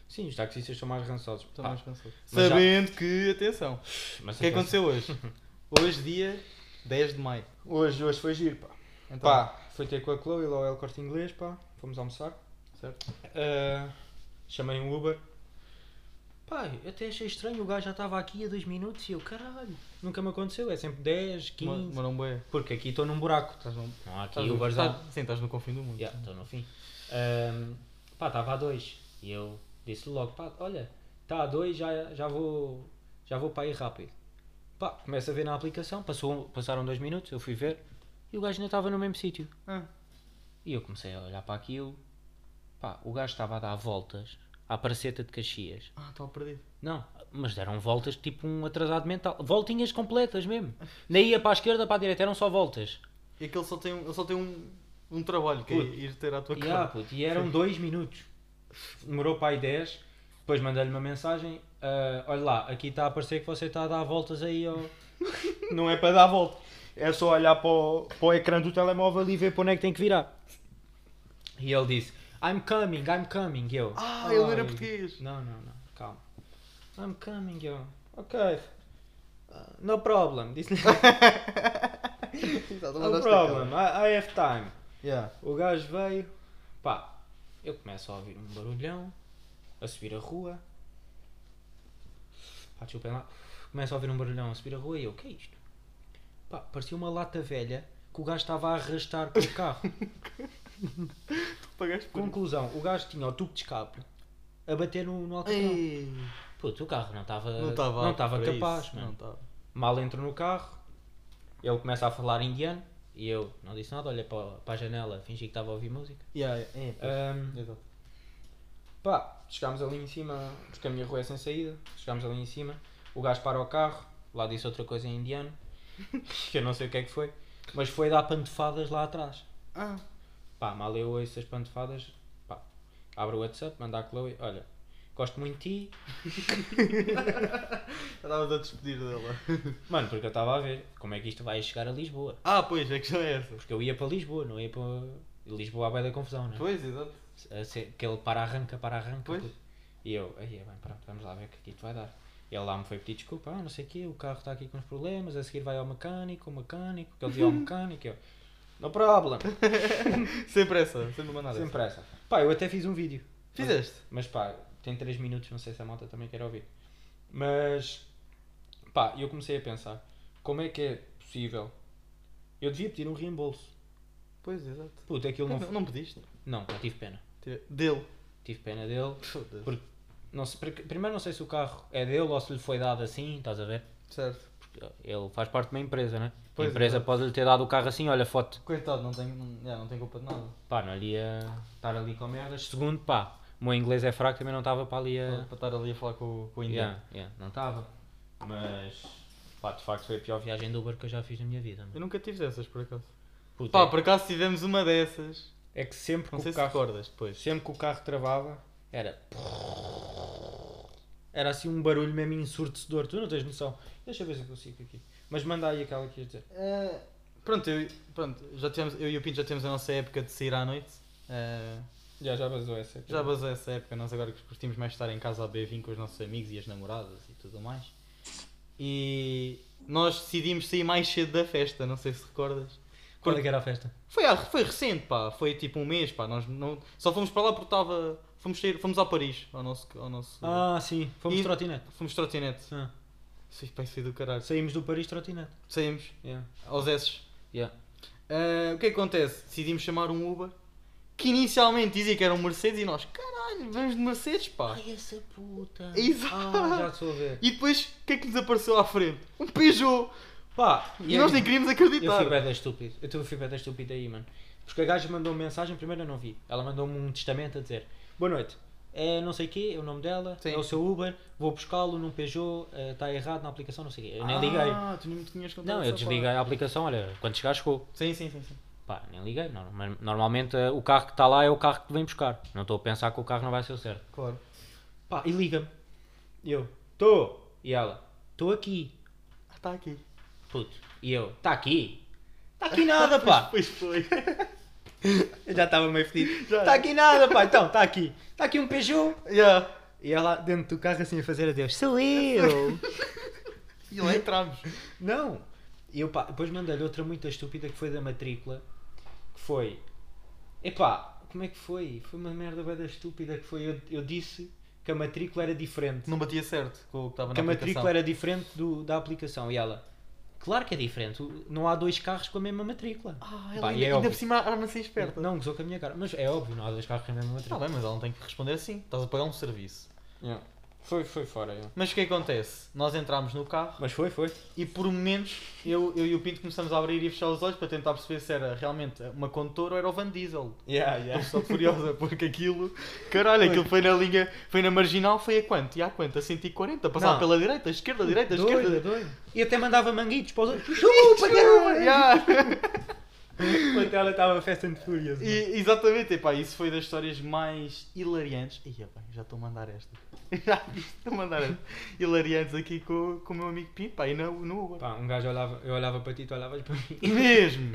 B: Sim, os taxistas são mais rançosos.
A: estão
B: Pá,
A: mais cansados.
B: Mas já-
A: Sabendo que, atenção.
B: mas então,
A: O que
B: atenção.
A: aconteceu hoje? Hoje, dia 10 de maio.
B: Hoje, hoje foi giro, pá.
A: Então,
B: Pá, foi ter com a Chloe lá ao El Corte Inglês, pá. Fomos almoçar.
A: Certo?
B: Ah, chamei um Uber. Pá, eu até achei estranho, o gajo já estava aqui há dois minutos e eu, caralho, nunca me aconteceu, é sempre 10, 15.
A: Moram bem.
B: Porque aqui estou num buraco.
A: Estás num-
D: Não há aqui
A: estás no-
D: Ubers há-
A: estás- Sim, estás no confim do mundo.
D: Yeah, estou no fim. Ahm, pá, estava a dois. E eu disse logo, pá, olha, está a dois, já, já vou já vou para aí rápido.
B: Pá, começo a ver na aplicação, passou, passaram dois minutos, eu fui ver e o gajo ainda estava no mesmo sítio.
A: Ah,
D: E eu comecei a olhar para aquilo. Pá, o gajo estava a dar voltas à praceta de Caxias.
A: ah, estava perdido.
D: Não, mas deram voltas tipo um atrasado mental. Voltinhas completas mesmo. Nem ia para a esquerda, para a direita, eram só voltas.
A: É que ele só tem, um- ele só tem um, um trabalho, que é
B: Puto.
A: ir ter à tua
B: E, ah,
A: casa.
B: puto, e eram dois minutos. Demorou para aí 10. Depois mandei-lhe uma mensagem. ah, olha lá, aqui está a aparecer que você está a dar voltas aí. Ao... Não é para dar volta. É só olhar para o, para o ecrã do telemóvel e ver para onde é que tem que virar. E ele disse: I'm coming, I'm coming. e Eu.
A: Ah, ele era
B: "Ai,
A: português."
B: Não, não, não, calma. I'm coming, eu. Ok. "Ah, No problem. Disse-lhe: No problem. I, I have time.
A: Yeah.
B: O gajo veio, pá, eu começo a ouvir um barulhão, a subir a rua. Pá, desculpem lá. Começo a ouvir um barulhão a subir a rua e eu, o que é isto? Pá, parecia uma lata velha que o gajo estava a arrastar com o carro.
A: Pagaste por isso.
B: Conclusão, o gajo tinha o tubo de escape a bater no, no alcatrão.
A: Ei,
D: Puto, o carro não estava
A: Não estava
D: não estava
A: para
D: capaz,
A: isso,
D: mano.
A: Não estava.
B: Mal entro no carro,
D: Ele começa a falar indiano e eu não disse nada, olhei para, para a janela, fingi que estava a ouvir música.
A: Yeah, yeah, é, pois.
B: ahm,
A: Exato.
B: Pá, chegámos ali em cima, porque a minha rua é sem saída, chegámos ali em cima, o gajo para o carro, lá disse outra coisa em indiano, que eu não sei o que é que foi, mas foi dar pantefadas lá atrás.
A: Ah,
B: Pá, mal eu ouço as pantefadas, pá, abro o WhatsApp, manda a Chloe, olha, gosto muito de ti,
A: já estavas a despedir dela.
B: mano, porque eu estava a ver, como é que isto vai chegar a Lisboa?
A: Ah, pois, a questão é essa.
B: Porque eu ia para Lisboa, não ia para... Lisboa à beira da confusão, não é?
A: Pois, exato.
B: a ser- aquele para-arranca, para-arranca.
A: Pois.
B: puto. E eu, aí é bem, pronto, vamos lá ver o que é que isto vai dar. Ele lá me foi pedir desculpa, ah, não sei o quê, o carro está aqui com uns problemas, a seguir vai ao mecânico, o mecânico, que ele dizia ao mecânico, eu, no problem,
A: Sempre essa, sempre mandada.
B: sem pressa. Pá, eu até fiz um vídeo,
A: Fizeste?
B: mas pá, tem 3 minutos, não sei se a malta também quer ouvir. Mas, pá, eu comecei a pensar, como é que é possível? Eu devia pedir um reembolso.
A: Pois, exato.
B: Puto, aquilo não...
A: Não, não pediste?
B: Não, pá, tive pena.
A: Tive- Dele.
B: Tive pena dele.
A: Foda-se.
B: Porque, não sei, porque- primeiro não sei se o carro é dele ou se lhe foi dado assim, estás a ver?
A: Certo.
D: Porque ele faz parte de uma empresa, né?
A: Pois
D: a empresa
A: é.
D: pode-lhe ter dado o carro assim, olha, foto.
A: Coitado, não tem, não, já, não tem culpa de nada.
D: Pá, não lhe ia estar ali com merdas. Segundo, pá, o meu inglês é fraco, também não estava para ali a...
A: Para estar ali a falar com, o- com o indiano.
D: Yeah, yeah, não estava. Mas, pá, de facto foi a pior viagem do Uber que eu já fiz na minha vida. mano.
A: Eu nunca tive dessas, por acaso.
D: Puta,
A: Pá,
D: é-
A: por acaso tivemos uma dessas.
B: É que sempre que,
A: Não sei
B: o
A: se
B: carro,
A: recordas depois.
B: sempre que o carro travava,
D: era...
B: era assim um barulho mesmo ensurdecedor, tu não tens noção. Deixa eu ver se eu consigo aqui. Mas manda aí aquela que ias dizer.
A: Ah, pronto, eu, pronto já tivemos, eu e o Pinto já temos a nossa época de sair à noite. Ah,
B: Já, já basou essa. aqui.
A: já basou essa época, nós agora curtimos mais estar em casa a beber vinho com os nossos amigos e as namoradas e tudo mais. E nós decidimos sair mais cedo da festa, não sei se recordas.
B: Quando é que era a festa?
A: Foi, há- foi recente, pá, foi tipo um mês, pá, nós não, só fomos para lá porque estava, fomos sair, fomos a Paris, ao nosso, ao nosso
B: Ah, sim, fomos
A: E-
B: de trotinete.
A: fomos trotinete.
B: Ah.
A: Isso vai ser do caralho.
B: Saímos do Paris trotinete.
A: Saímos
B: Yeah.
A: aos S's.
E: Yeah.
A: Ah, o que é que acontece? Decidimos chamar um Uber que inicialmente dizia que era um Mercedes e nós, caralho, vamos de Mercedes, pá.
E: Ai, essa puta.
A: Exato.
B: Ah, já estou a ver.
A: E depois, o que é que nos apareceu à frente? Um Peugeot!
B: Pá,
A: E nós nem queríamos
B: Eu
A: acreditar.
B: fui bem estúpido. Eu também fui bem estúpido aí, mano. Porque a gaja mandou uma mensagem, primeiro eu não vi. Ela mandou-me um testamento a dizer: Boa noite. É não sei o quê, é o nome dela,
A: Sim.
B: é o seu Uber, vou buscá-lo num Peugeot, está errado na aplicação, não sei o quê. Eu nem liguei.
A: Ah, tu nem me tinhas contado.
E: Não, eu
A: essa
E: desliguei a aplicação, olha, quando chegar chegou.
A: parte. Sim, sim, sim. sim.
E: Pá, nem liguei. norma- Normalmente eh, o carro que
B: tá
E: está lá é o carro que vem buscar. Não estou a pensar que o carro não vai ser o certo.
A: Claro.
B: Pá, e liga-me. E Eu: Estou. E ela: Estou aqui.
A: Ah, está aqui.
E: Puto. E eu, está aqui.
B: Está "Tá aqui nada, pá.
A: Pois foi.
B: Eu já estava meio fedido.
A: Já. é.
B: Está aqui nada, pá. Então, está aqui. Está aqui um Peugeot.
A: yeah.
B: E ela dentro do carro assim a fazer adeus. Sou eu.
A: E lá entramos.
B: Não! E eu, pá, depois mandei-lhe outra muito estúpida que foi da matrícula. Que foi. Epá, como é que foi? Foi uma merda bem estúpida que foi. Eu, eu disse que a matrícula era diferente.
A: Não batia certo com o que estava
B: que
A: na
B: a
A: aplicação.
B: matrícula era diferente do, da aplicação. E ela. Claro que é diferente. o- Não há dois carros com a mesma matrícula.
A: Ah, ela ainda,
B: Pá, e é
A: ainda
B: óbvio.
A: por cima era assim esperta.
B: Não, gozou com a minha cara. Mas é óbvio, não há dois carros com a mesma
A: Está
B: matrícula.
A: bem, mas ela não tem que responder assim. Estás a pagar um serviço.
B: Yeah. Foi, foi fora. yeah.
A: Mas o que é que acontece? Nós entramos no carro
B: Mas foi, foi.
A: E por momentos eu, eu e o Pinto começamos a abrir e fechar os olhos para tentar perceber se era realmente uma condutora ou era o Van Diesel.
B: Yeah,
A: Eu estou furiosa porque aquilo, caralho, aquilo foi na linha, foi na marginal, foi a quanto? E a quanto? A 140, passar
B: Não.
A: pela direita, esquerda, direita,
B: Doido,
A: esquerda.
B: doido. E até mandava manguitos para os outros. Chupa, caralho!
A: Yeah.
B: Quando ela estava Fast and Furious. mano.
A: E, exatamente, epá, isso foi das histórias mais hilariantes. Ih, epá, já estou a mandar esta. Já estou a mandar esta. Hilariantes aqui com, com o meu amigo Pinto, pá, e no, no Uber.
B: Pá, um gajo olhava, eu olhava para ti, tu olhavas para mim.
A: E mesmo,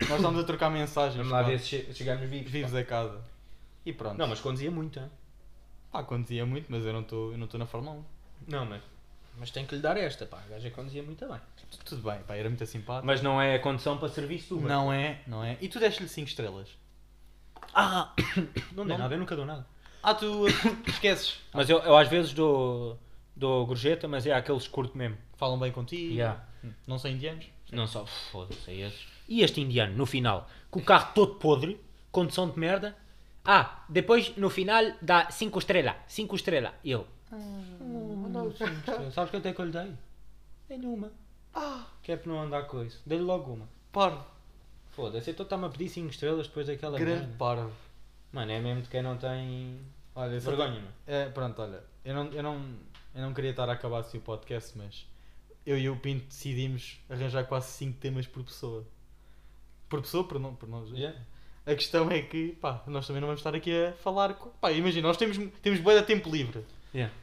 A: nós estávamos a trocar mensagens.
B: Vamos lá
A: pá.
B: ver se che- chegamos vivos.
A: vives a casa. E pronto.
B: Não, mas conduzia muito, hein?
A: Pá, conduzia muito, mas eu não estou na Fórmula um.
B: Não, mas. Mas tenho que lhe dar esta, pá. A gaja conduzia muito bem.
A: 1. Tudo bem, pá, era muito simpático.
B: Mas não é a condução para serviço Uber.
A: Não é, não é. E tu deste-lhe 5 estrelas.
B: Ah! Não dei
A: Não.
B: nada, eu nunca dou nada.
A: Ah, tu esqueces.
B: Mas eu, eu às vezes dou, dou gorjeta, mas é aqueles que curto mesmo.
A: Falam bem contigo.
E: Yeah.
A: Não são indianos.
E: Não só, foda-se, é esses. E este indiano, no final, com o carro todo podre, condição de merda. Ah, depois no final dá 5 estrelas, 5 estrelas. E Eu,
B: Sabes quanto é que eu lhe dei? Dei-lhe uma.
A: Ah.
B: Que é para não andar com isso. Dei-lhe logo uma.
A: Parvo.
B: Foda-se, então está-me a pedir 5 estrelas depois daquela
A: Grande
B: merda.
A: parvo.
B: Mano, é mesmo de quem não tem.
A: Olha, eu só
B: Vergonha, mano.
A: tenho- É, pronto, olha. Eu não, eu, não, eu não queria estar a acabar assim o podcast, mas eu e o Pinto decidimos arranjar quase 5 temas por pessoa. Por pessoa, por, não, por nós.
B: Yeah.
A: A questão é que, pá, nós também não vamos estar aqui a falar. co- Pá, imagina, nós temos, temos bué de tempo livre.
B: Yeah.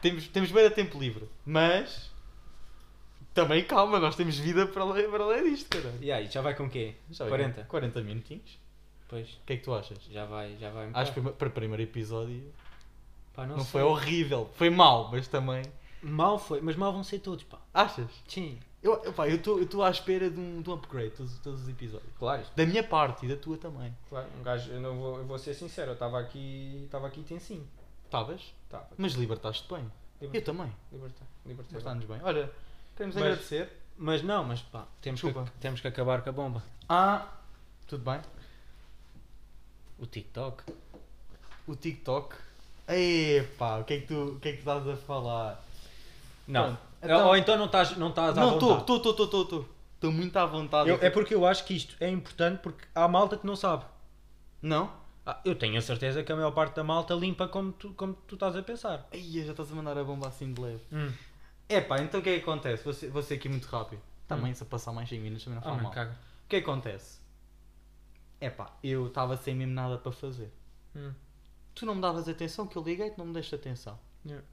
A: Temos, temos bué de tempo livre. Mas. Também calma, nós temos vida para além, para além disto, caralho.
B: Yeah, e já vai com o quê?
A: Já vai
B: 40.
A: 40 minutinhos.
B: Pois,
A: O que é que tu achas?
B: já vai, já vai.
A: Acho que para- para o primeiro episódio
B: Pá,
A: não,
B: sei.
A: foi horrível. Foi mal, mas também.
B: Mal foi, mas mal vão ser todos, pá.
A: Achas?
B: Sim.
A: Eu eu, pá, eu estou à espera de um, de um upgrade todos, todos os episódios.
B: Claro,
A: Da minha parte e da tua também.
B: claro. Um gajo, eu não vou, eu vou ser sincero, eu estava aqui, estava aqui tensinho.
A: Estavas?
B: Estava.
A: Mas libertaste-te bem. Eu também.
B: Libertar, libertar.
A: Libertaste-nos bem. Olha, queremos
B: Mas-
A: agradecer.
B: Mas não, mas pá, temos que,
A: Desculpa.
B: temos que acabar com a bomba.
A: Ah, tudo bem.
E: o TikTok.
A: O TikTok. Epá, o que é que tu, o que é que tu estás a falar?
B: Não.
A: Pronto, então-
B: Ou então não estás, não estás à
A: não, estou,
B: vontade.
A: estou, estou, estou, estou. Estou muito à vontade.
B: Eu- é porque eu acho que isto é importante porque há malta que não sabe.
A: Não?
B: Ah, eu tenho a certeza que a maior parte da malta limpa como tu, como tu estás a pensar.
A: Ai, já estás a mandar a bomba assim de leve.
B: Hum.
A: Epá, então o que é que acontece? Vou ser, vou ser aqui muito rápido. Também, se eu passar mais 5 minutos também não
B: Ah,
A: faz
B: mano,
A: mal.
B: caga.
A: O que é que acontece? Epá, eu estava sem mesmo nada para fazer.
B: Hum.
A: Tu não me davas atenção, que eu liguei, tu não me deste atenção.
B: Yeah.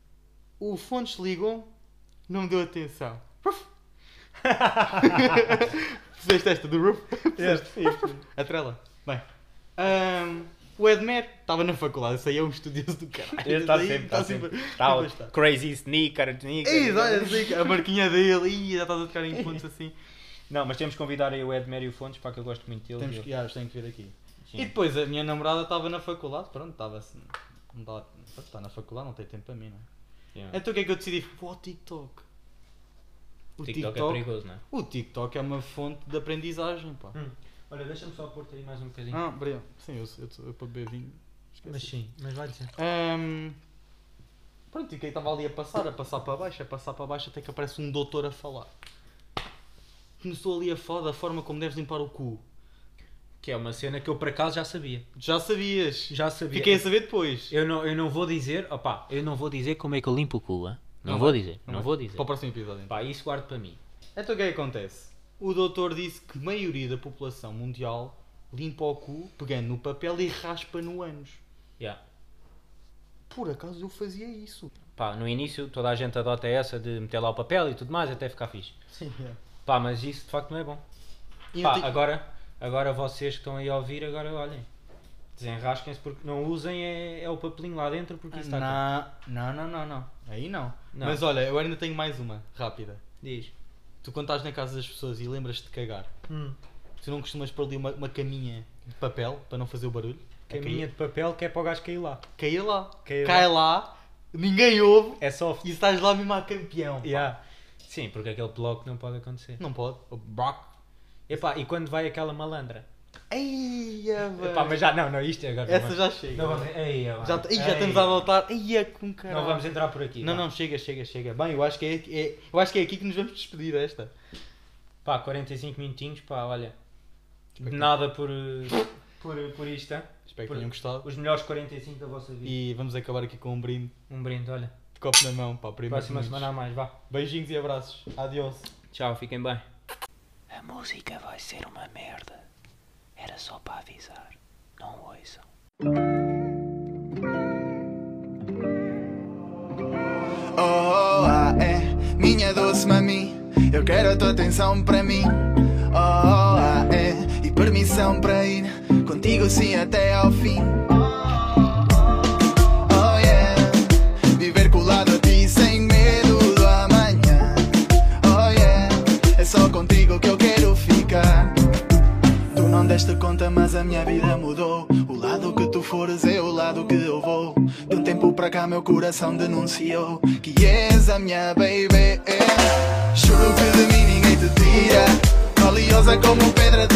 A: O Fontes ligou, não me deu atenção. Ruf. Fizeste esta do Ruf? A trela. Bem. Ahm, o Edmer estava na faculdade, isso aí é um estudioso do caralho.
B: Ele tá
A: Isso aí
B: sempre,
A: tá
B: tá
A: sempre-
E: Tal,
A: Depois tá.
E: crazy sneaker, sneaker.
A: Ei, olha, assim, a marquinha dele, Ih, já estás a tocar em pontos assim.
B: Não, mas temos que convidar aí o Edmer e o Fontes, para que eu gosto muito dele.
A: Temos
B: e
A: que, ah, tenho que vir aqui.
B: Sim.
A: E depois a tá, minha namorada estava na faculdade, pronto, estava assim. Está na faculdade, não tem tempo para mim, não é?
F: Yeah.
B: tipo
A: Então o que é que eu decidi? Vou ao TikTok. O
F: TikTok,
A: TikTok,
F: é perigoso, não é?
A: o TikTok é uma fonte de aprendizagem,
B: Hum.
A: pá.
B: Olha, deixa-me só pôr-te aí mais um bocadinho.
A: Ah, obrigado. Sim, eu, eu, eu, para beber vinho. Esqueci.
B: mas sim, mas vai dizer.
A: Ahm, pronto, e quem estava ali a passar, a passar para baixo, a passar para baixo, até que aparece um doutor a falar. Começou ali a falar da forma como deves limpar o cu.
B: Que é uma cena que eu por acaso já sabia.
A: Já sabias.
B: Já sabia.
A: Fiquei a saber depois.
B: Eu não, eu não vou dizer, opá, eu não vou dizer como é que eu limpo o cu, hã? Não,
A: Não
B: vou
A: vai.
B: dizer, não, vou dizer.
A: Para o próximo episódio. Então.
B: Pá, isso guardo para mim.
A: Então o que é que acontece? O doutor disse que a maioria da população mundial limpa o cu pegando no papel e raspa no ânus.
B: Yeah.
A: Por acaso eu fazia isso.
B: Pá, no início toda a gente adota essa de meter lá o papel e tudo mais até ficar fixe.
A: Sim, é.
B: Pá, mas isso de facto não é bom.
A: E
B: Pá,
A: eu te-
B: agora, agora vocês que estão aí a ouvir, agora olhem. Desenrasquem-se porque não usem é, é o papelinho lá dentro porque isso está cá.
A: Ah, não, não, não, não. Aí não.
B: Não.
A: Mas olha, eu ainda tenho mais uma, rápida.
B: Diz.
A: Tu quando estás na casa das pessoas e lembras-te de cagar,
B: Hum.
A: tu não costumas pôr ali uma, uma caminha de papel para não fazer o barulho?
B: Caminha
A: A
B: de papel que é para o gajo cair lá.
A: Cair, cair lá.
B: Cair
A: Cai lá. ninguém ouve
B: É soft.
A: e estás lá mesmo a campeão. pá.
B: Yeah. Sim, porque aquele bloco não pode acontecer.
A: Não pode. Oh, O Brock.
B: Epá, e quando vai aquela malandra?
A: Eia, velho.
B: Epá, mas já, não, não, isto é agora. não
A: Essa
B: vamos-
A: já chega.
B: Não vamos, ei, ó,
A: já, Ih, já
B: ei,
A: estamos a voltar. Eia, com caralho.
B: Não vamos entrar por aqui.
A: Não,
B: vá.
A: não, chega, chega, chega. Bem, eu acho que é, é- eu acho que é aqui que nos vamos despedir desta.
B: Pá, 45 minutinhos, pá, olha. De nada por, eh, por, por isto, hã?
A: Espero que
B: Por-
A: tenham gostado.
B: Os melhores 45 da vossa vida.
A: E vamos acabar aqui com um brinde
B: Um brinde, olha.
A: de copo na mão. Pá, primeiro
B: Próxima
A: minutos.
B: semana a mais, vá.
A: Beijinhos e abraços. Adiós.
B: Tchau, fiquem bem.
G: A música vai ser uma merda. Era só para avisar. Não ouçam.
H: Oh, ah, é, minha doce mami, eu quero a tua atenção para mim. Oh, ah, é, e permissão para ir contigo sim até ao fim. Oh, yeah, viver colado a ti sem medo do amanhã. Oh, yeah, é só contigo que eu quero ficar. Tu não deste conta, mas a minha vida mudou. O lado que tu fores é o lado que eu vou. De um tempo pra cá, meu coração denunciou que és a minha baby. Juro que de mim ninguém te tira. Valiosa como pedra de